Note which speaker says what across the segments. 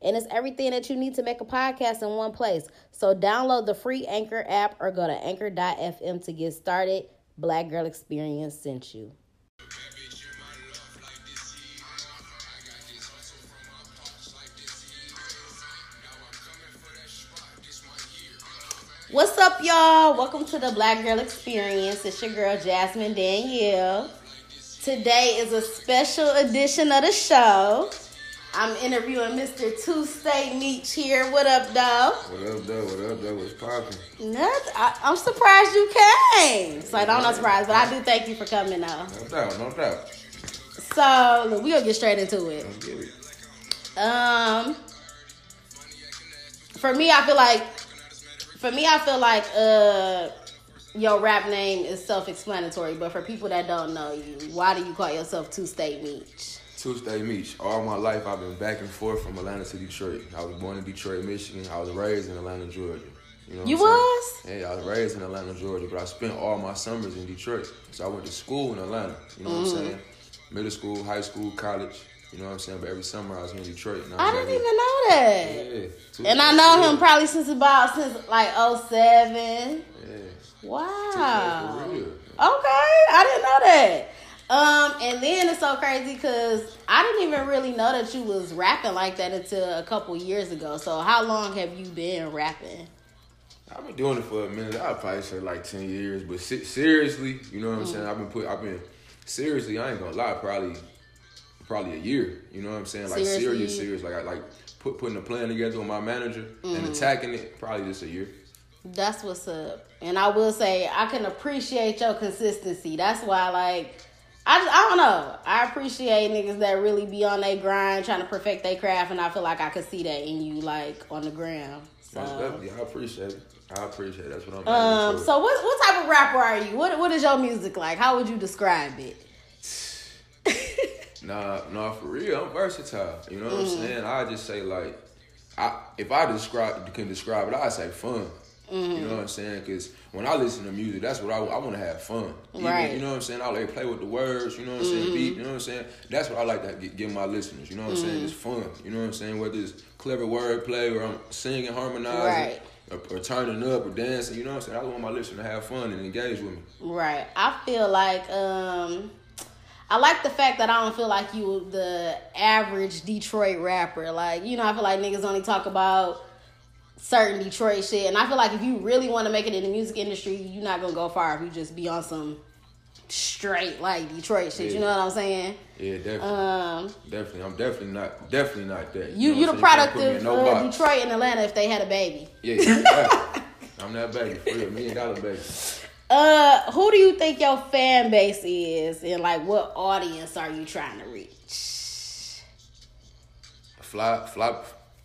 Speaker 1: and it's everything that you need to make a podcast in one place. So download the free Anchor app or go to anchor.fm to get started. Black Girl Experience sent you. What's up, y'all? Welcome to the Black Girl Experience. It's your girl, Jasmine Danielle. Today is a special edition of the show. I'm interviewing Mr. Tuesday Meach here. What up, though?
Speaker 2: What up, though? What up, though? What's poppin'?
Speaker 1: Nuts. I, I'm surprised you came. So I'm not surprised, but I do thank you for coming, though.
Speaker 2: No doubt, no doubt.
Speaker 1: So look, we gonna get straight into it.
Speaker 2: Don't get it.
Speaker 1: Um, for me, I feel like, for me, I feel like uh, your rap name is self-explanatory. But for people that don't know you, why do you call yourself Two State Meach?
Speaker 2: Tuesday Meach. All my life, I've been back and forth from Atlanta to Detroit. I was born in Detroit, Michigan. I was raised in Atlanta, Georgia. You know what
Speaker 1: You
Speaker 2: I'm saying?
Speaker 1: was?
Speaker 2: Yeah, I was raised in Atlanta, Georgia, but I spent all my summers in Detroit. So I went to school in Atlanta. You know what
Speaker 1: Mm.
Speaker 2: I'm saying? Middle school, high school, college. You know what I'm saying? But every summer I was in Detroit. And I,
Speaker 1: I
Speaker 2: was
Speaker 1: didn't even
Speaker 2: like,
Speaker 1: know that.
Speaker 2: Yeah, Tuesday,
Speaker 1: And I know him
Speaker 2: yeah,
Speaker 1: probably since about since like 07.
Speaker 2: Yeah,
Speaker 1: Wow.
Speaker 2: for
Speaker 1: Okay,
Speaker 2: real.
Speaker 1: I didn't know that. Um, and then it's so crazy because I didn't even really know that you was rapping like that until a couple years ago. So how long have you been rapping?
Speaker 2: I've been doing it for a minute. I'd probably say like ten years, but se- seriously, you know what
Speaker 1: Mm-hmm.
Speaker 2: I'm saying. I've been put. I've been seriously. I ain't gonna lie. Probably, probably a year. You know what I'm saying. Like serious,
Speaker 1: Seriously?
Speaker 2: serious. Like I like put putting a plan together with my manager
Speaker 1: Mm-hmm.
Speaker 2: and attacking it. Probably just a year.
Speaker 1: That's what's up. And I will say I can appreciate your consistency. That's why like I just, I don't know. I appreciate niggas that really be on their grind trying to perfect their craft and I feel like I could see that in you like on the ground. So
Speaker 2: Most definitely. I appreciate it. I appreciate it. That's what I'm.
Speaker 1: Um,
Speaker 2: aiming for.
Speaker 1: so what what type of rapper are you? What what is your music like? How would you describe it?
Speaker 2: Nah, nah, for real, I'm versatile. You know what
Speaker 1: Mm.
Speaker 2: I'm saying? I just say like, I if I describe can describe it, I say fun.
Speaker 1: Mm.
Speaker 2: You know what I'm saying? Because when I listen to music, that's what I, want to have fun. Even,
Speaker 1: Right. Mm-hmm.
Speaker 2: You know what I'm saying? I like play with the words. You know what I'm saying? Beat. You know what I'm saying? That's what I like to get, give my listeners. You know what I'm saying? It's
Speaker 1: Mm.
Speaker 2: fun. You know what I'm saying? Whether it's clever wordplay or I'm singing, harmonizing,
Speaker 1: Right.
Speaker 2: or, or turning up or dancing. You know what I'm saying? I want my listeners to have fun and engage with me.
Speaker 1: Right. I feel like um I like the fact that I don't feel like you the average Detroit rapper. Like, you know, I feel like niggas only talk about certain Detroit shit. And I feel like if you really want to make it in the music industry, you're not gonna go far if you just be on some straight like Detroit shit. You
Speaker 2: Yeah.
Speaker 1: know what I'm saying?
Speaker 2: Yeah, definitely.
Speaker 1: Um
Speaker 2: Definitely, I'm definitely not, definitely not that.
Speaker 1: you
Speaker 2: know
Speaker 1: you the
Speaker 2: what I'm saying?
Speaker 1: product
Speaker 2: You can't
Speaker 1: of
Speaker 2: put me in
Speaker 1: uh,
Speaker 2: no box.
Speaker 1: Detroit and Atlanta if they had a baby.
Speaker 2: Yeah, exactly. I'm that baby. For real, million dollar baby.
Speaker 1: Uh, who do you think your fan base is, and like what audience are you trying to reach?
Speaker 2: Fly, fly.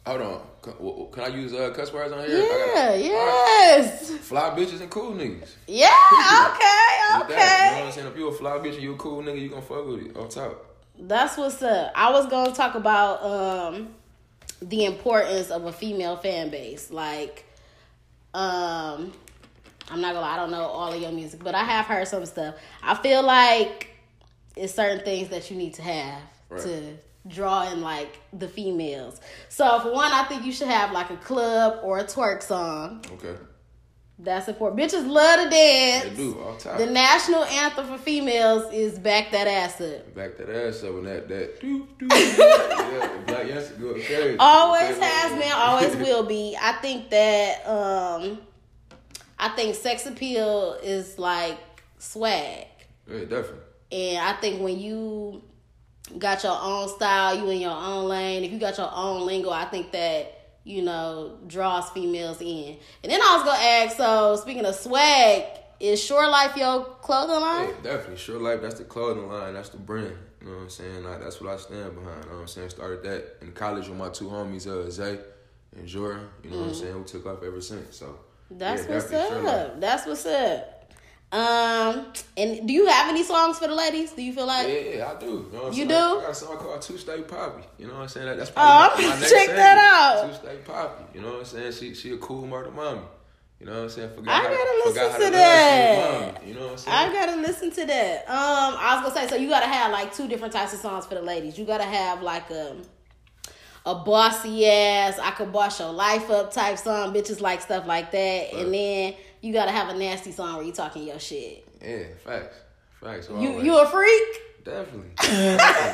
Speaker 2: Hold on. Can, w- w- can I use uh, cuss words on here? I
Speaker 1: Yeah,
Speaker 2: gotta- All
Speaker 1: yes,
Speaker 2: right. Fly bitches and cool niggas. With
Speaker 1: yeah. Okay,
Speaker 2: That, you know what
Speaker 1: okay.
Speaker 2: I'm saying? If you a fly bitch and you a cool nigga, you gonna fuck with it on top.
Speaker 1: That's what's up. I was gonna talk about um the importance of a female fan base. Like, um, I'm not gonna. Lie, I don't know all of your music, but I have heard some stuff. I feel like it's certain things that you need to have
Speaker 2: Right.
Speaker 1: to draw in like the females. So for one, I think you should have like a club or a twerk song.
Speaker 2: Okay.
Speaker 1: That's important. Bitches love to dance.
Speaker 2: They do all top.
Speaker 1: The national anthem for females is "Back That Ass Up."
Speaker 2: Back that ass up and that that. Doo, doo, doo. yeah, the black yes, go crazy.
Speaker 1: always
Speaker 2: Okay,
Speaker 1: has
Speaker 2: well,
Speaker 1: been, always will be. I think that um I think sex appeal is like swag.
Speaker 2: Yeah, definitely.
Speaker 1: And I think when you got your own style, you in your own lane, if you got your own lingo, I think that, you know, draws females in. And then I was gonna ask, so speaking of swag, is Shore Life your clothing line?
Speaker 2: Yeah, definitely. Sure Life, that's the clothing line, that's the brand. You know what I'm saying? Like, that's what I stand behind. You know what I'm saying? Started that in college with my two homies, uh, Zay and Jordan. You know what I'm saying? We took off ever since. So
Speaker 1: Mm-hmm. That's
Speaker 2: Yeah,
Speaker 1: what's
Speaker 2: definitely
Speaker 1: up.
Speaker 2: feel like-
Speaker 1: That's what's up. Um, and do you have any songs for the ladies? Do you feel like?
Speaker 2: Yeah, yeah, I do. You, know what I'm
Speaker 1: You
Speaker 2: saying?
Speaker 1: do?
Speaker 2: I got a song called Two State Poppy. You know what I'm saying? That, that's
Speaker 1: Oh,
Speaker 2: probably
Speaker 1: I'm
Speaker 2: my,
Speaker 1: gonna
Speaker 2: my next
Speaker 1: check that
Speaker 2: single.
Speaker 1: out.
Speaker 2: Two State Poppy. You know what I'm saying? She she a cool murder mommy. You know what I'm saying? Forgot
Speaker 1: I
Speaker 2: how
Speaker 1: gotta listen
Speaker 2: forgot how
Speaker 1: to
Speaker 2: love, she a
Speaker 1: that.
Speaker 2: mommy. You know what I'm saying?
Speaker 1: I gotta listen to that. Um, I was gonna say, so you gotta have like two different types of songs for the ladies. You gotta have like a a bossy ass, I could boss your life up type song, bitches like stuff like that, and then you gotta have a nasty song where you talking your shit.
Speaker 2: yeah, facts. Facts.
Speaker 1: You
Speaker 2: always.
Speaker 1: you a freak?
Speaker 2: Definitely.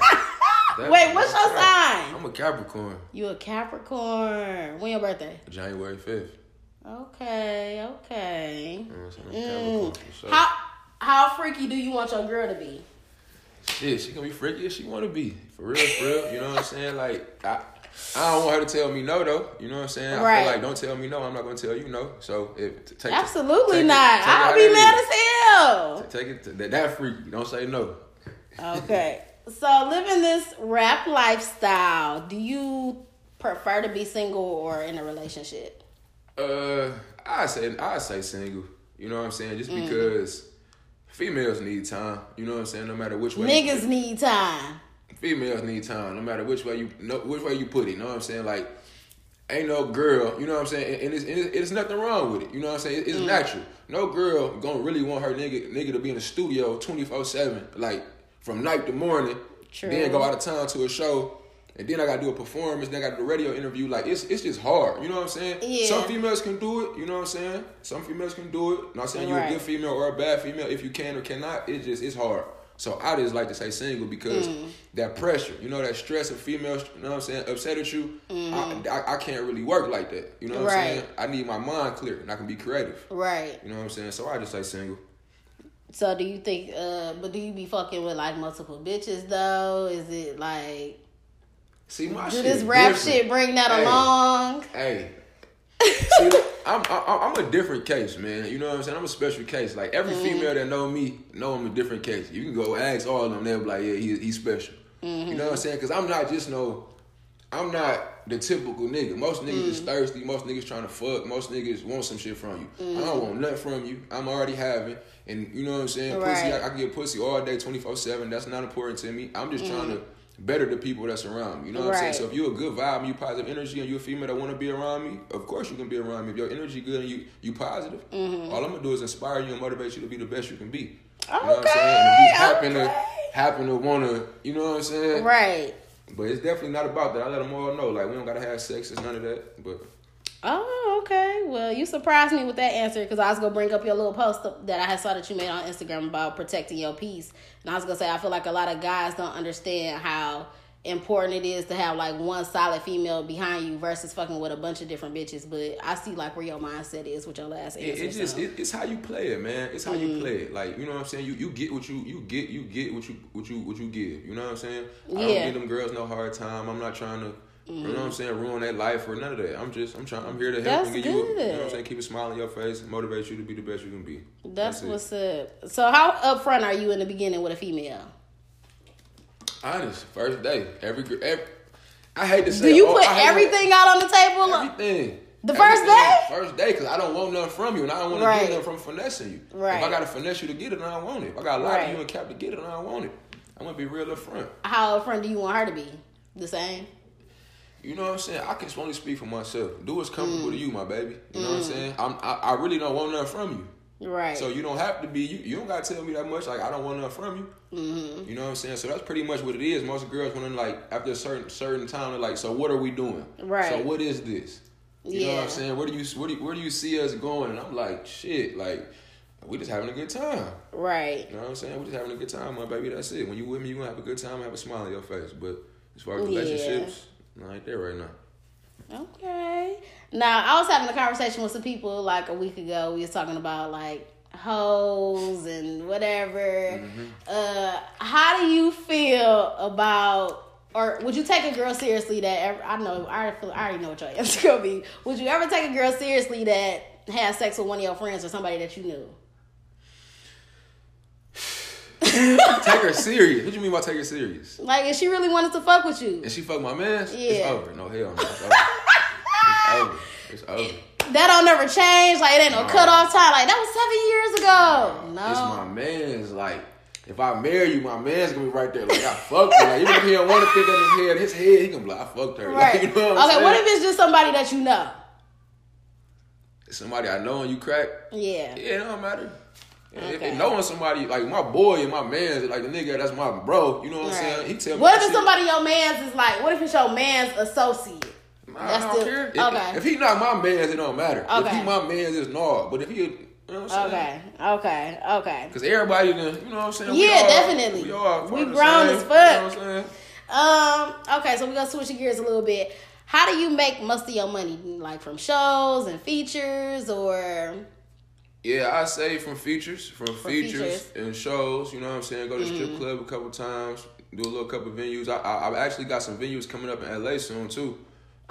Speaker 1: Wait, what's your sign?
Speaker 2: I'm a Capricorn.
Speaker 1: You a Capricorn? When your birthday?
Speaker 2: January 5th. You
Speaker 1: Okay, okay.
Speaker 2: know what I'm saying? I'm a Capricorn for sure.
Speaker 1: Mm. How how freaky do you want your girl to be?
Speaker 2: Shit, she gonna be freaky if she wanna be. For real, for real. You know what I'm saying? Like, I, I don't want her to tell me no though. You know what I'm saying? I
Speaker 1: Right.
Speaker 2: feel like don't tell me no, I'm not gonna tell you no. So if t- take it-
Speaker 1: Absolutely
Speaker 2: take it-
Speaker 1: not.
Speaker 2: take it
Speaker 1: I'll
Speaker 2: how
Speaker 1: be
Speaker 2: that
Speaker 1: mad
Speaker 2: is.
Speaker 1: as hell.
Speaker 2: Take it to, that, that freaky. Don't say no.
Speaker 1: Okay. So living this rap lifestyle, do you prefer to be single or in a relationship?
Speaker 2: Uh, I say I say single. You know what I'm saying? Just
Speaker 1: Mm.
Speaker 2: because females need time. You know what I'm saying? No matter which way you-
Speaker 1: Niggas need time.
Speaker 2: females need time, no matter which way you no, which way you put it. You know what I'm saying? Like, ain't no girl. You know what I'm saying? And, and it's, and it's, it's nothing wrong with it. You know what I'm saying? It-
Speaker 1: Mm.
Speaker 2: it's natural. No girl gonna really want her nigga nigga to be in the studio 24 seven, like from night to morning.
Speaker 1: True.
Speaker 2: Then go out of town to a show. And then I gotta do a performance. Then I gotta do a radio interview. Like it's it's just hard. You know what I'm saying?
Speaker 1: Yeah.
Speaker 2: Some females can do it. You know what I'm saying? Some females can do it. Not saying you're
Speaker 1: Right.
Speaker 2: a good female or a bad female if you can or cannot. It's just it's hard. So I just like to say single because
Speaker 1: Mm.
Speaker 2: that pressure, you know, that stress of females, you know what I'm saying, upset at you. I, I I can't really work like that. You know what
Speaker 1: Mm-hmm. Right.
Speaker 2: I'm saying? I need my mind clear and I can be creative.
Speaker 1: Right.
Speaker 2: You know what I'm saying? So I just say single.
Speaker 1: So do you think uh but do you be fucking with like multiple bitches though? Is it like
Speaker 2: See my
Speaker 1: do
Speaker 2: shit.
Speaker 1: this rap
Speaker 2: different.
Speaker 1: shit bring that
Speaker 2: Hey.
Speaker 1: along?
Speaker 2: Hey. See, I'm, I'm I'm a different case, man. You know what I'm saying? I'm a special case. Like every female that know me know I'm a different case. You can go ask all of them, they'll be like, yeah, he, he's special. You know what I'm saying? Because I'm not just no, I'm not the typical nigga. Most niggas is thirsty. Most niggas trying to fuck. Most niggas want some shit from you. I don't want nothing from you. I'm already having, and you know what I'm saying? Pussy,
Speaker 1: Right.
Speaker 2: I, I can get pussy all day, 24 seven. That's not important to me. I'm just trying to better the people that's around me. You know what I'm saying?
Speaker 1: Mm. Right.
Speaker 2: So if you a good vibe and you positive energy and you a female that want to be around me, of course you can be around me. If your energy good and you you positive,
Speaker 1: Mm-hmm.
Speaker 2: all I'm gonna do is inspire you and motivate you to be the best you can be. You know what I'm saying? And if you happen
Speaker 1: Okay,
Speaker 2: to happen to wanna, you know what I'm saying?
Speaker 1: Right.
Speaker 2: But it's definitely not about that. I let them all know. Like we don't gotta have sex. It's none of that. But
Speaker 1: Oh, okay. Well, you surprised me with that answer because I was gonna bring up your little post that I had saw that you made on Instagram about protecting your peace, and I was gonna say I feel like a lot of guys don't understand how important it is to have like one solid female behind you versus fucking with a bunch of different bitches. But I see like where your mindset is with your last answer.
Speaker 2: it, it just
Speaker 1: so.
Speaker 2: it, it's how you play it, man. It's how
Speaker 1: Mm-hmm.
Speaker 2: you play it. Like you know what I'm saying. You you get what you you get you get what you what you what you give. You know what I'm saying. I don't
Speaker 1: Yeah. Mm-hmm.
Speaker 2: give them girls no hard time. I'm not trying to. You know what I'm saying? Ruin their life or none of that. I'm just, I'm trying, I'm here to help
Speaker 1: That's
Speaker 2: and give you, a, you know
Speaker 1: good.
Speaker 2: what I'm saying? Keep a smile on your face and motivate you to be the best you can be.
Speaker 1: that's
Speaker 2: it.
Speaker 1: what's up. So how upfront are you in the beginning with a female?
Speaker 2: honest. First day, every, gr- every I hate to say.
Speaker 1: Do you
Speaker 2: oh,
Speaker 1: put
Speaker 2: I hate-
Speaker 1: everything out on the table?
Speaker 2: Everything.
Speaker 1: The first day?
Speaker 2: First day, because I don't want nothing from you, and I don't want to
Speaker 1: Right.
Speaker 2: get nothing from finessing you.
Speaker 1: Right.
Speaker 2: If I got to finesse you to get it, then I don't want it. If I got to lie
Speaker 1: Right.
Speaker 2: to you and cap to get it, then I don't want it. I'm going to be real up front.
Speaker 1: How upfront do you want her to be? The same.
Speaker 2: You know what I'm saying? I can only speak for myself. Do what's
Speaker 1: Mm.
Speaker 2: comfortable to you, my baby. You know what I'm saying? I'm, I, I really don't want nothing from you.
Speaker 1: Right.
Speaker 2: So you don't have to be. You, you don't gotta tell me that much. Like I don't want nothing from you.
Speaker 1: Mm-hmm.
Speaker 2: You know what I'm saying? So that's pretty much what it is. Most girls want to like after a certain certain time. They're like, so what are we doing?
Speaker 1: Right.
Speaker 2: So what is this? You know what
Speaker 1: Yeah.
Speaker 2: I'm saying? Where do you where do you, where do you see us going? And I'm like, shit, like we just having a good time.
Speaker 1: right.
Speaker 2: You know what I'm saying? We just having a good time, my baby. That's it. When you with me, you gonna have a good time, have a smile on your face. But as far as
Speaker 1: Yeah.
Speaker 2: relationships, I ain't there right now.
Speaker 1: Okay. Now I was having a conversation with some people like a week ago. We was talking about like hoes and whatever.
Speaker 2: Mm-hmm.
Speaker 1: Uh, how do you feel about? Or would you take a girl seriously that ever, I know I already, feel, I already know what your answer gonna be. Would you ever take a girl seriously that had sex with one of your friends or somebody that you knew?
Speaker 2: take her serious. What you mean by take her serious?
Speaker 1: Like if she really wanted to fuck with you,
Speaker 2: And she fuck my man?
Speaker 1: Yeah.
Speaker 2: It's over. No hell no. It's over. it's over. It's over.
Speaker 1: That don't never change. Like it ain't no
Speaker 2: Nah.
Speaker 1: cutoff time. Like that was seven years ago. No.
Speaker 2: It's my man's. Like, if I marry you, my man's gonna be right there. Like, I fucked her. Like, even if he don't want to think in his head, his head, he gonna be like, I fucked her.
Speaker 1: Right.
Speaker 2: Like, you know what I'm
Speaker 1: okay,
Speaker 2: saying?
Speaker 1: what if it's just somebody that you know?
Speaker 2: Somebody I know and you crack.
Speaker 1: Yeah.
Speaker 2: Yeah, it don't matter. If- If
Speaker 1: Okay.
Speaker 2: they knowing somebody, like my boy and my man's, like the nigga that's my bro, you know what I'm saying?
Speaker 1: Right.
Speaker 2: He tell me.
Speaker 1: what if
Speaker 2: shit.
Speaker 1: it's somebody your man's is like, what if it's your man's associate?
Speaker 2: I
Speaker 1: That's
Speaker 2: don't
Speaker 1: still-
Speaker 2: care. If,
Speaker 1: okay.
Speaker 2: if he not my man's, it don't matter. If
Speaker 1: Okay.
Speaker 2: he my man's, it's no. But if he, you know what I'm saying?
Speaker 1: Okay, okay, okay.
Speaker 2: Cause everybody, done- you know what I'm saying?
Speaker 1: Yeah, definitely.
Speaker 2: We all
Speaker 1: We
Speaker 2: fucking
Speaker 1: grown
Speaker 2: same,
Speaker 1: as fuck.
Speaker 2: You know what I'm saying?
Speaker 1: Um, okay, so we're gonna switch gears a little bit. How do you make most of your money? Like from shows and features or
Speaker 2: Yeah, I say from features, from, features,
Speaker 1: features. Mm.
Speaker 2: and shows. You know what I'm saying? Go to strip club a couple times, do a little couple venues. I, I I've actually got some venues coming up in LA soon too. You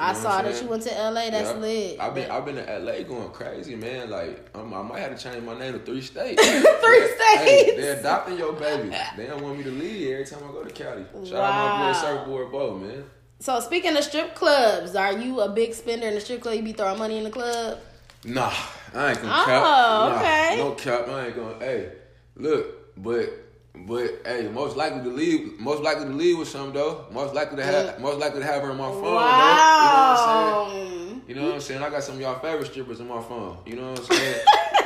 Speaker 1: I
Speaker 2: know what
Speaker 1: saw
Speaker 2: I'm
Speaker 1: that
Speaker 2: saying?
Speaker 1: you went to LA, that's
Speaker 2: Yeah.
Speaker 1: lit.
Speaker 2: I've been I've been to LA going crazy, man. Like I'm, I might have to change my name to three states.
Speaker 1: Three
Speaker 2: Hey,
Speaker 1: states.
Speaker 2: they're adopting your baby. They don't want me to leave every time I go to Cali. Shout
Speaker 1: Wow.
Speaker 2: out my boy Surfboard Bo, man.
Speaker 1: So speaking of strip clubs, are you a big spender in the strip club? You be throwing money in the club?
Speaker 2: Nah, I ain't gonna
Speaker 1: Oh,
Speaker 2: cap. Nah,
Speaker 1: okay.
Speaker 2: No cap, I ain't gonna. Hey, look, but but hey, most likely to leave, most likely to leave with some though. Most likely to have, most likely to have her on my phone. though. Oh,
Speaker 1: wow.
Speaker 2: You know what I'm saying? You know what I'm saying? I got some of y'all favorite strippers on my phone. You know what I'm saying?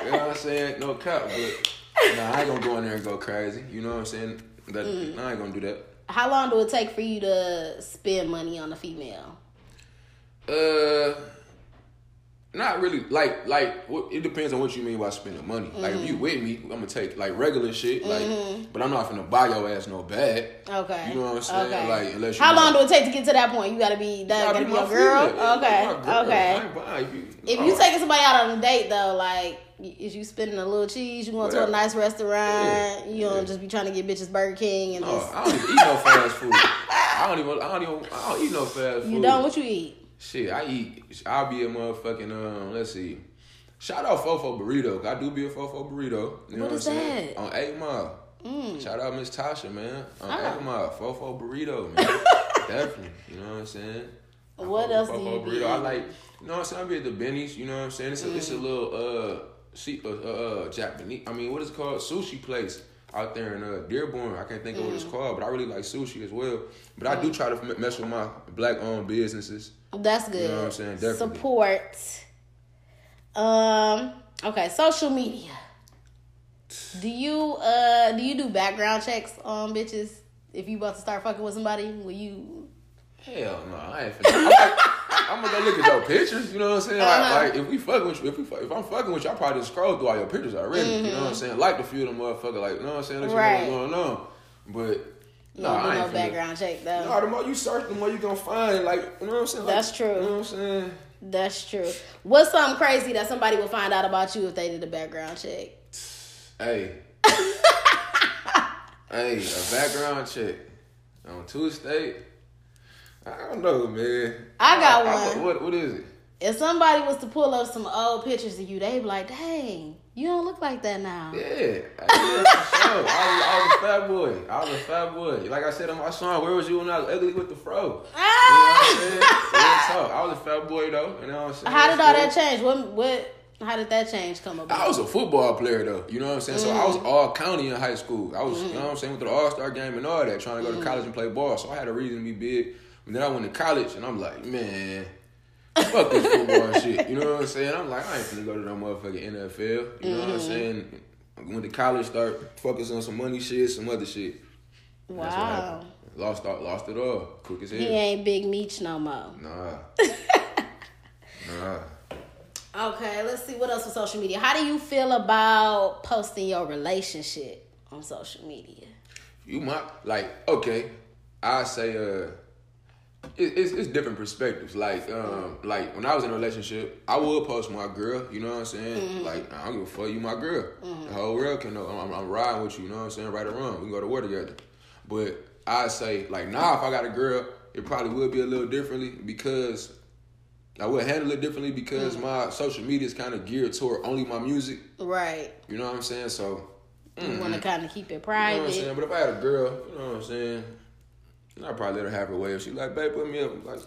Speaker 2: you know what I'm saying? No cap, but nah, I ain't gonna go in there and go crazy. You know what I'm saying? That,
Speaker 1: Mm.
Speaker 2: nah, I ain't gonna do that.
Speaker 1: How long do it take for you to spend money on a female?
Speaker 2: Uh, not really. Like, like what- it depends on what you mean by spending money. Like, if you
Speaker 1: Mm.
Speaker 2: with me, I'm gonna take like regular shit. Like, but I'm not finna buy your ass no bag.
Speaker 1: Mm-hmm. Okay.
Speaker 2: You know what I'm saying?
Speaker 1: Okay.
Speaker 2: Like, unless you
Speaker 1: How
Speaker 2: know-
Speaker 1: long do it take to get to that point? You gotta be that gotta
Speaker 2: Gotta be
Speaker 1: be
Speaker 2: my
Speaker 1: your girl.
Speaker 2: female. Yeah,
Speaker 1: okay.
Speaker 2: my girl. I
Speaker 1: Okay.
Speaker 2: ain't buying you. Oh.
Speaker 1: If
Speaker 2: No.
Speaker 1: you taking somebody out on a date though, like is you spending a little cheese, you going to a
Speaker 2: Whatever.
Speaker 1: nice restaurant,
Speaker 2: Yeah.
Speaker 1: you don't
Speaker 2: Yeah.
Speaker 1: just be trying to get bitches Burger King and
Speaker 2: No,
Speaker 1: just
Speaker 2: I don't even eat no fast food. I don't even. I don't even. I don't eat no fast food.
Speaker 1: you don't what you eat.
Speaker 2: Shit, I eat. I'll be a motherfucking. Um, let's see. Shout out Fofo Burrito. 'cause I do be a Fofo Burrito. You know
Speaker 1: What
Speaker 2: what,
Speaker 1: is
Speaker 2: I'm saying?
Speaker 1: that? Mm.
Speaker 2: On Eight Mile. Shout out Miss Tasha, man. On
Speaker 1: Oh.
Speaker 2: Eight Mile, Fofo Burrito, man. Definitely. You know what I'm saying? I
Speaker 1: What
Speaker 2: fuck with
Speaker 1: else do
Speaker 2: Fofo
Speaker 1: you be
Speaker 2: Burrito. Oh, I
Speaker 1: eating?
Speaker 2: like. You know what I'm saying? I be at the Benny's. You know what I'm saying? It's a, it's a little uh, see, uh, uh, uh, Japanese. I mean, what is it called? Sushi place out there in uh, Dearborn. I can't think of what it's called, but I really like sushi as well. But I do try to m- mess with my black-owned businesses.
Speaker 1: That's good.
Speaker 2: know what I'm saying? Definitely.
Speaker 1: Support. Um. Okay. Social media. Do you uh do you do background checks on bitches if you about to start fucking with somebody? Will you?
Speaker 2: Hell no, I ain't finna. I'm gonna go look at your pictures. You know what I'm saying? Like,
Speaker 1: Uh-huh.
Speaker 2: like if we fucking with you, if we fuck, if I'm fucking with you, I probably just scroll through all your pictures already. You know what I'm saying? Like the few of them motherfucker. Like you know what I'm saying? Let
Speaker 1: Right.
Speaker 2: you know what's going on. But
Speaker 1: you
Speaker 2: no,
Speaker 1: don't do
Speaker 2: I
Speaker 1: no
Speaker 2: ain't finna.
Speaker 1: background check though.
Speaker 2: No, the more you search, the more you gonna find. Like you know what I'm saying? Like,
Speaker 1: That's true.
Speaker 2: You know what I'm saying?
Speaker 1: That's true. What's something crazy that somebody would find out about you if they did a background check?
Speaker 2: Hey, hey, a background check on Tuesday. I don't know, man.
Speaker 1: I got one.
Speaker 2: what what is it?
Speaker 1: If somebody was to pull up some old pictures of you, they'd be like, "Dang, you don't look like that now."
Speaker 2: Yeah, yeah, for sure. I was, I was a fat boy. I was a fat boy. Like I said on my song, where was you when I was ugly with the fro? You know
Speaker 1: Ah!
Speaker 2: what I'm saying? Real talk. I was a fat boy though. You know what I'm saying?
Speaker 1: How did all that
Speaker 2: Still-
Speaker 1: change? What what? How did that change come about?
Speaker 2: I was a football player though. You know what I'm saying? So I was all county in high school. I was, you know what I'm saying, went to the All Star game and all that, trying to go to college and play ball. So I had a reason to be big. But then I went to college and I'm like, man, fuck this football shit. You know what I'm saying? I'm like, I ain't finna go to no motherfucking NFL. You know what I'm saying? I went to college, start focusing on some money shit, some other shit. That's what
Speaker 1: wow.
Speaker 2: happened. Lost, all- lost it all. Quick as hell.
Speaker 1: He ain't Big Meech no more.
Speaker 2: Nah. nah.
Speaker 1: Okay, let's see what else for social media. How do you feel about posting your relationship on social media?
Speaker 2: You might like okay. I say uh, it, it's it's different perspectives. Like um, like when I was in a relationship, I would post my girl. You know what I'm saying? Like I don't give a fuck. You my girl. The whole world can know I'm, I'm riding with you. You know what I'm saying? Right or wrong, we can go to war together. But I say like now, if I got a girl, it probably would be a little differently because I would handle it differently because my social media is kind of geared toward only my music.
Speaker 1: Right.
Speaker 2: You know what I'm saying? So
Speaker 1: You want to kind of keep it private.
Speaker 2: Mm-hmm. you know what I'm saying? But if I had a girl, you know what I'm saying? and I'd probably let her have her
Speaker 1: Mm-hmm.
Speaker 2: way. If she like, babe, put me up. I'm like,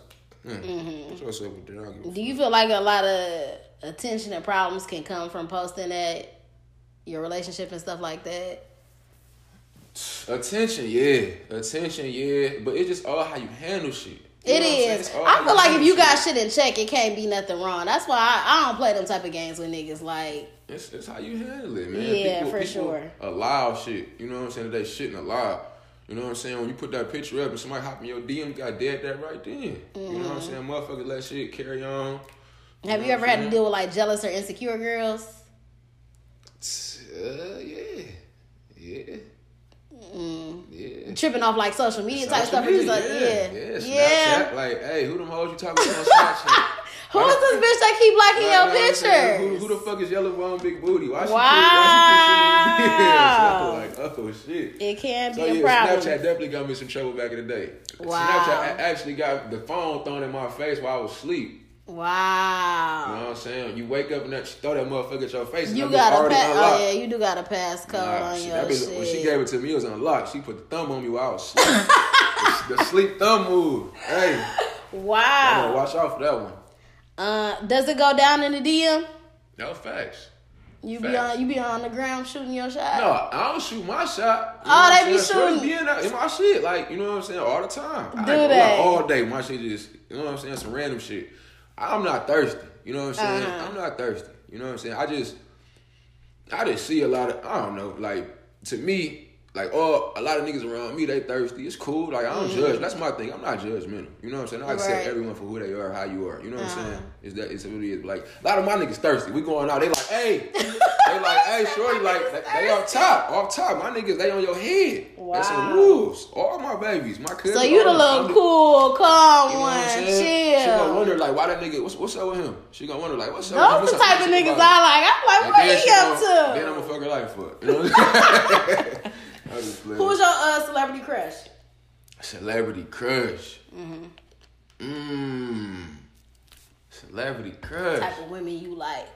Speaker 2: hmm, what's up with that? I don't give a
Speaker 1: do you feel like a lot of attention and problems can come from posting that your relationship and stuff like that.
Speaker 2: Attention, yeah. Attention, yeah. But it's just all how you handle shit.
Speaker 1: It
Speaker 2: You know what I'm saying?
Speaker 1: is.
Speaker 2: It's all
Speaker 1: I
Speaker 2: how
Speaker 1: feel like if
Speaker 2: handle
Speaker 1: you got shit in check, it can't be nothing wrong. That's why I, I don't play them type of games with niggas. Like,
Speaker 2: It's, it's how you handle it, man.
Speaker 1: Yeah, for sure.
Speaker 2: Allow shit. You know what I'm saying? That shit and allow. You know what I'm saying? When you put that picture up and somebody hop in your DM, you got dead that right then. You know what
Speaker 1: Mm-hmm.
Speaker 2: I'm saying? Motherfucker, let shit carry on.
Speaker 1: have you ever had to deal with like jealous or insecure girls?
Speaker 2: Uh, yeah, yeah, yeah.
Speaker 1: Tripping off like social media type
Speaker 2: Social
Speaker 1: stuff. It's
Speaker 2: media,
Speaker 1: just like, yeah.
Speaker 2: yeah,
Speaker 1: Yeah.
Speaker 2: Snapchat, like, hey, who them hoes you talking about on Snapchat?
Speaker 1: Who is this bitch that keep blocking
Speaker 2: Like, like I'm saying,
Speaker 1: your
Speaker 2: Who,
Speaker 1: pictures?
Speaker 2: who the fuck is yellow bone big booty? Why she
Speaker 1: Wow.
Speaker 2: keep, why she keep sending me this? So, like, oh shit.
Speaker 1: It can
Speaker 2: So
Speaker 1: be a
Speaker 2: yeah,
Speaker 1: problem.
Speaker 2: Snapchat definitely got me some trouble back in the day.
Speaker 1: Wow.
Speaker 2: Snapchat a- actually got the phone thrown in my face while I was asleep. You know
Speaker 1: Wow.
Speaker 2: what I'm saying? You wake up and that throw that motherfucker at your face. And
Speaker 1: You
Speaker 2: that bitch
Speaker 1: got a
Speaker 2: already
Speaker 1: pass.
Speaker 2: unlocked.
Speaker 1: Oh yeah, you do got a passcode
Speaker 2: Nah,
Speaker 1: on
Speaker 2: shit,
Speaker 1: your
Speaker 2: that bitch- When she
Speaker 1: shit.
Speaker 2: gave it to me, it was unlocked. She put the thumb on me while I was asleep. the, the sleep thumb move. Hey, I'm gonna
Speaker 1: Wow.
Speaker 2: watch out for that one.
Speaker 1: Uh, does it go down in the DM?
Speaker 2: No facts.
Speaker 1: You be
Speaker 2: Facts.
Speaker 1: on you be on the ground shooting your shot.
Speaker 2: No, I don't shoot my shot. You
Speaker 1: Oh,
Speaker 2: know what
Speaker 1: they
Speaker 2: I'm
Speaker 1: be
Speaker 2: saying? Shorty
Speaker 1: shooting.
Speaker 2: be in that- in my shit, like you know what I'm saying, all the time. I
Speaker 1: Do
Speaker 2: ain't gonna lie,
Speaker 1: they?
Speaker 2: all day? My shit just, you know what I'm saying, some random shit. I'm not thirsty. You know what I'm saying.
Speaker 1: Uh-huh.
Speaker 2: I'm not thirsty. You know what I'm saying. I just, I just see a lot of, I don't know, like to me, like oh, a lot of niggas around me, they thirsty. It's cool. Like I don't judge. That's my thing. I'm not judgmental. You know what I'm saying. I accept
Speaker 1: Mm-hmm. Right.
Speaker 2: everyone for who they are, how you are. You know what I'm saying. Is that it's really is. Like a lot of my niggas thirsty. We going out. They like, hey, they like, hey, shorty, like they, they on top, off top. My niggas, they on your head. That's
Speaker 1: Wow.
Speaker 2: some rules. All my babies, my cousins.
Speaker 1: So you the
Speaker 2: all them. I'm
Speaker 1: little cool, calm
Speaker 2: you know what
Speaker 1: one,
Speaker 2: I'm saying? She gonna
Speaker 1: chill.
Speaker 2: wonder like why that nigga what's what's up with him? She gonna wonder like what's up. with him?
Speaker 1: Those the
Speaker 2: What's up-
Speaker 1: type of
Speaker 2: what's
Speaker 1: niggas
Speaker 2: about him?
Speaker 1: I like. I'm like,
Speaker 2: And
Speaker 1: what
Speaker 2: then
Speaker 1: he
Speaker 2: she
Speaker 1: up
Speaker 2: gonna-
Speaker 1: to?
Speaker 2: Then I'm gonna fuck her life up. You know what I'm saying? I'm just playing.
Speaker 1: Who's your uh, celebrity crush?
Speaker 2: Celebrity crush.
Speaker 1: Mm-hmm.
Speaker 2: Mmm. Celebrity crush.
Speaker 1: Type of women you like?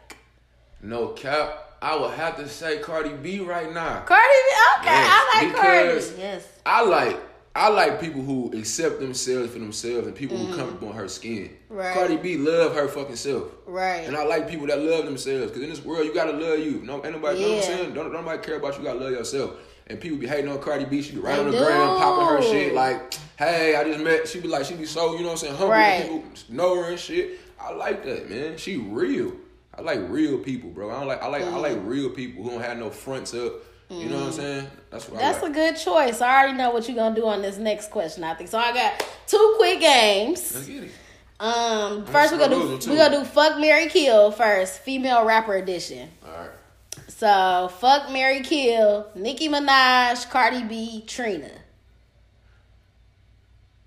Speaker 2: No cap. I would have to say Cardi B right now.
Speaker 1: Cardi B. Okay,
Speaker 2: Yes,
Speaker 1: I like
Speaker 2: because-
Speaker 1: Cardi. Yes.
Speaker 2: I like I like people who accept themselves for themselves and people who comfortable in her skin.
Speaker 1: Right.
Speaker 2: Cardi B love her fucking self.
Speaker 1: Right.
Speaker 2: And I like people that love themselves because in this world you gotta love you. No, ain't nobody. know what
Speaker 1: Yeah.
Speaker 2: I'm saying? Don't, don't nobody care about you. You gotta love yourself. And people be hating on Cardi B. She be right
Speaker 1: They
Speaker 2: on the ground, popping her
Speaker 1: do.
Speaker 2: shit like, "Hey, I just met." She be like, she be so you know what I'm saying. Humble
Speaker 1: Right.
Speaker 2: people know her and shit. I like that man. She real. I like real people, bro. I don't like I like I like real people who don't have no fronts up. You know what I'm saying? That's what
Speaker 1: Mm. That's
Speaker 2: I
Speaker 1: a
Speaker 2: like.
Speaker 1: good choice. I already know what you're gonna do on this next question. I think so. I got two quick games.
Speaker 2: Let's get it.
Speaker 1: Um, first we gonna
Speaker 2: start
Speaker 1: do
Speaker 2: losing,
Speaker 1: we
Speaker 2: too.
Speaker 1: gonna do fuck Mary Kill first, female rapper edition.
Speaker 2: All right.
Speaker 1: So fuck Mary Kill, Nicki Minaj, Cardi B, Trina.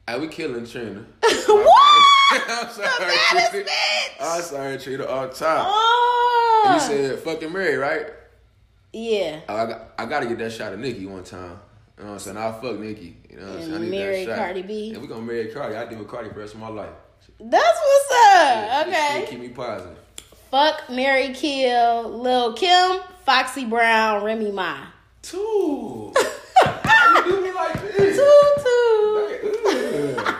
Speaker 2: Hey, we killing Trina.
Speaker 1: what?
Speaker 2: I'm sorry,
Speaker 1: baddest
Speaker 2: Trina.
Speaker 1: bitch!
Speaker 2: I'm sorry, Trina. All time.
Speaker 1: Oh.
Speaker 2: You said fucking Mary, right?
Speaker 1: yeah.
Speaker 2: I, got- I gotta get that shot of Nikki one time. You know what I'm saying? I'll fuck Nikki. You know what I'm saying? I
Speaker 1: And
Speaker 2: need
Speaker 1: marry
Speaker 2: that shot.
Speaker 1: Cardi B.
Speaker 2: And we gonna marry Cardi. I deal with Cardi for the rest of my life.
Speaker 1: That's what's up.
Speaker 2: She
Speaker 1: Okay.
Speaker 2: keep me positive.
Speaker 1: Fuck Mary Kill, Lil Kim, Foxy Brown, Remy Ma.
Speaker 2: Two. Why you do me like this?
Speaker 1: Toot toot.
Speaker 2: Like, ugh.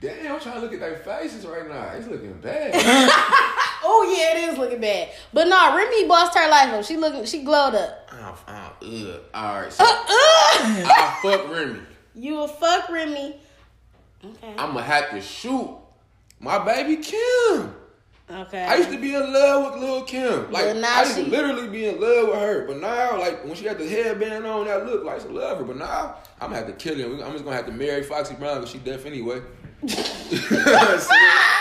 Speaker 2: Damn, I'm trying to look at their faces right now. It's looking bad.
Speaker 1: Oh yeah, it is looking bad. But no, Remy bossed her life up. She looking, she glowed up.
Speaker 2: Oh, oh, ugh. All right, so
Speaker 1: Ugh.
Speaker 2: I fuck Remy.
Speaker 1: you will fuck Remy. Okay.
Speaker 2: I'm gonna have to shoot my baby Kim.
Speaker 1: Okay.
Speaker 2: I used to be in love with Lil Kim. Like
Speaker 1: But now
Speaker 2: I used to
Speaker 1: she-
Speaker 2: literally be in love with her. But now, like when she had the headband on, that look like I used to love her. But now I'm gonna have to kill her. I'm just gonna have to marry Foxy Brown because she deaf anyway.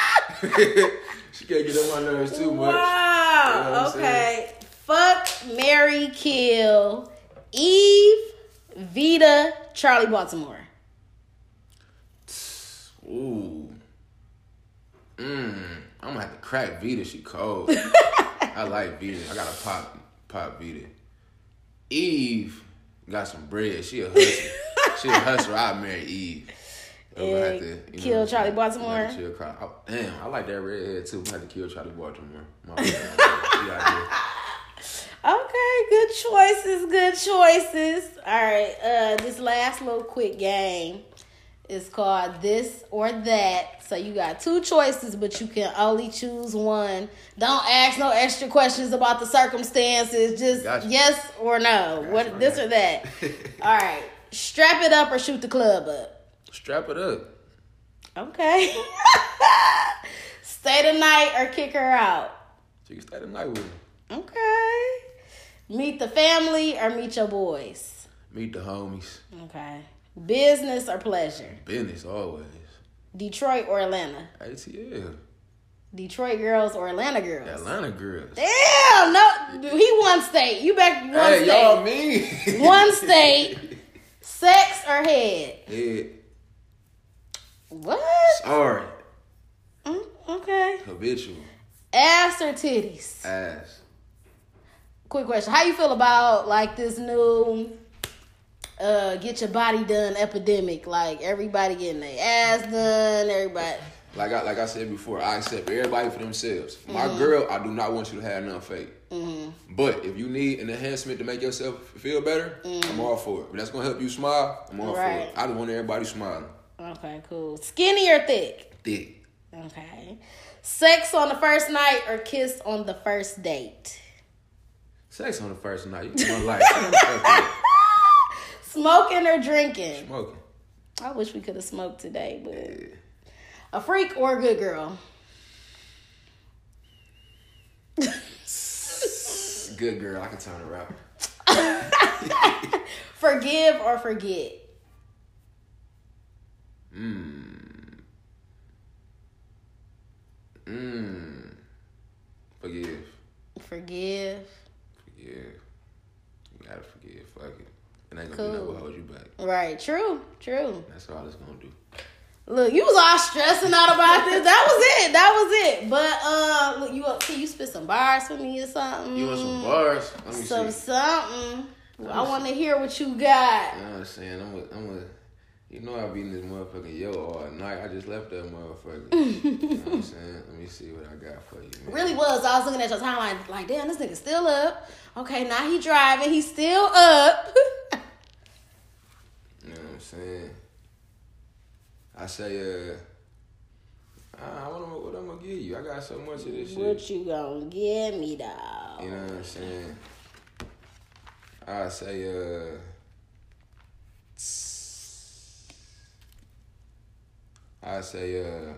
Speaker 2: she can't get on my nerves too much. You know what
Speaker 1: Wow.
Speaker 2: I'm
Speaker 1: okay. Fuck Mary Kill. Eve, Vita, Charlie Baltimore.
Speaker 2: Ooh. Mmm. I'm gonna have to crack Vita. She cold. I like Vita. I gotta pop pop Vita. Eve got some bread. She a hustler. she a hustler. I marry Eve. I'm gonna
Speaker 1: Yeah,
Speaker 2: have to, you know
Speaker 1: kill Charlie
Speaker 2: what I'm saying? I'm gonna have to
Speaker 1: Baltimore.
Speaker 2: chill, cry. Oh, damn, I like that redhead too. I'm gonna have to kill Charlie Baltimore. My bad. She out here.
Speaker 1: Okay, good choices, good choices. All right, uh, this last little quick game It's called this or that. So you got two choices, but you can only choose one. Don't ask no extra questions about the circumstances. Just
Speaker 2: Gotcha.
Speaker 1: yes or no. what
Speaker 2: Gotcha,
Speaker 1: this or that. All right. Strap it up or shoot the club up.
Speaker 2: Strap it up.
Speaker 1: Okay. Stay the night or kick her out.
Speaker 2: She can stay the night with him.
Speaker 1: Okay. Meet the family or meet your boys.
Speaker 2: Meet the homies.
Speaker 1: Okay. Business or pleasure.
Speaker 2: Business always.
Speaker 1: Detroit or Atlanta.
Speaker 2: ATL.
Speaker 1: Detroit girls or Atlanta girls.
Speaker 2: Atlanta girls.
Speaker 1: Damn, no, he one state. You back one
Speaker 2: hey,
Speaker 1: state.
Speaker 2: y'all mean.
Speaker 1: One state. Sex or head?
Speaker 2: yeah.
Speaker 1: What?
Speaker 2: Sorry.
Speaker 1: Mm, okay.
Speaker 2: Habitual.
Speaker 1: Ass or titties?
Speaker 2: Ass.
Speaker 1: Quick question: How you feel about like this new? Uh, get your body done epidemic. Like everybody getting their ass done. Everybody.
Speaker 2: Like I like I said before, I accept everybody for themselves. My
Speaker 1: Mm-hmm.
Speaker 2: girl, I do not want you to have none fake. But if you need an enhancement to make yourself feel better, I'm all for it. If that's gonna help you smile, I'm all
Speaker 1: Mm-hmm. Right.
Speaker 2: for it. I don't want everybody smiling.
Speaker 1: Okay, cool. Skinny or thick?
Speaker 2: Thick.
Speaker 1: Okay. Sex on the first night or kiss on the first date?
Speaker 2: Sex on the first night. You want life. I don't fuck with it.
Speaker 1: Smoking or drinking?
Speaker 2: Smoking.
Speaker 1: I wish we could have smoked today, but
Speaker 2: Yeah.
Speaker 1: a freak or a good girl.
Speaker 2: Good girl, I can turn her out.
Speaker 1: Forgive or forget.
Speaker 2: Forgive.
Speaker 1: Forgive.
Speaker 2: Forgive. You gotta forgive. Fuck it. It ain't gonna
Speaker 1: Cool.
Speaker 2: do nothing but hold you back.
Speaker 1: Right. True. True.
Speaker 2: That's all it's gonna do.
Speaker 1: Look, you was all stressing out about this. That was it. That was it. But uh, look, you up? See, you spit some bars for me or something.
Speaker 2: You want some bars? Let me
Speaker 1: Some
Speaker 2: see.
Speaker 1: something. I want to hear what you got.
Speaker 2: You know what I'm saying? I'm a, I'm a, you know I be in this motherfucking yo all night. I just left that motherfucker. you know what I'm saying? Let me see what I got for you, man.
Speaker 1: Really was. I was looking at your timeline, like, damn, this nigga still up. Okay, now he driving. He's still up.
Speaker 2: You know what I'm saying? I say, uh, I, I wanna, what I'm gonna give you. I got so much of this shit.
Speaker 1: what you gonna give me, dog?
Speaker 2: You know what I'm saying? I say, uh, I say, uh,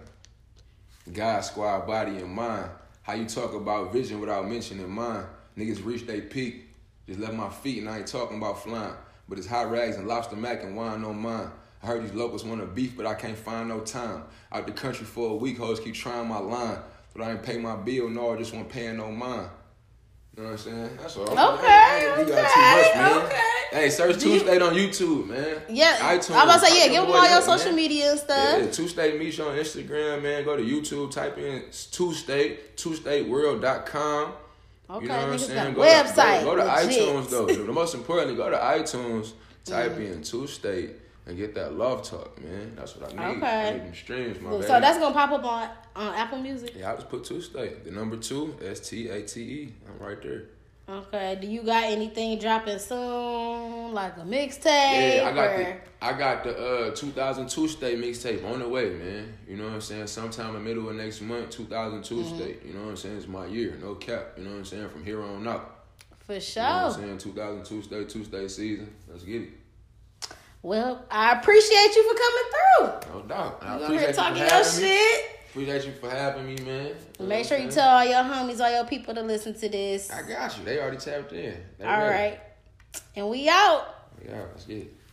Speaker 2: God, squad, body, and mind. How you talk about vision without mentioning mine? Niggas reach their peak. Just left my feet, and I ain't talking about flying. But it's hot rags and lobster mac and wine on mine. I heard these locals want to beef, but I can't find no time. Out the country for a week, hoes keep trying my line. But I ain't pay my bill, no, I just want paying no mind. You know what I'm saying? That's all.
Speaker 1: Okay,
Speaker 2: We got too much, man.
Speaker 1: okay, okay.
Speaker 2: Hey, search
Speaker 1: you-
Speaker 2: Tuesday on YouTube, man.
Speaker 1: Yeah,
Speaker 2: iTunes.
Speaker 1: I'm about to say yeah.
Speaker 2: Fuck
Speaker 1: Give them
Speaker 2: boy
Speaker 1: all your
Speaker 2: up,
Speaker 1: social
Speaker 2: man.
Speaker 1: media and stuff.
Speaker 2: Yeah, yeah, Tuesday Meet you on Instagram, man. Go to YouTube, type in Tuesday, TuesdayWorld.com.
Speaker 1: Okay,
Speaker 2: you know what I'm
Speaker 1: niggas
Speaker 2: saying?
Speaker 1: got website.
Speaker 2: To, go, go to
Speaker 1: legit.
Speaker 2: iTunes, though. the most importantly, go to iTunes, type
Speaker 1: Mm-hmm.
Speaker 2: in Tuesday, and get that love talk, man. That's what I need.
Speaker 1: Okay.
Speaker 2: I need them streams, my
Speaker 1: So
Speaker 2: baby.
Speaker 1: that's gonna pop up on on Apple Music.
Speaker 2: yeah, I just put Tuesday. The number two, S T A T E. I'm right there.
Speaker 1: Okay. Do you got anything dropping soon, like a mixtape?
Speaker 2: Yeah, I got the
Speaker 1: or-
Speaker 2: I got the uh 2002 Tuesday mixtape on the way, man. You know what I'm saying? Sometime in the middle of next month, 2002
Speaker 1: Mm-hmm.
Speaker 2: Tuesday. You know what I'm saying? It's my year, no cap. You know what I'm saying? From here on out.
Speaker 1: for
Speaker 2: You know what
Speaker 1: sure.
Speaker 2: I'm saying? 2002 Tuesday, Tuesday season. Let's get it.
Speaker 1: Well, I appreciate you for coming
Speaker 2: No doubt. I
Speaker 1: through. You over here
Speaker 2: appreciate
Speaker 1: talking
Speaker 2: you
Speaker 1: your
Speaker 2: for having me.
Speaker 1: shit.
Speaker 2: Appreciate you for having me, man. You know what I'm
Speaker 1: Make sure you
Speaker 2: saying?
Speaker 1: tell all your homies, all your people to listen to this.
Speaker 2: I got you. They already tapped in. They
Speaker 1: All
Speaker 2: ready.
Speaker 1: right. And we out.
Speaker 2: Yeah, let's get it.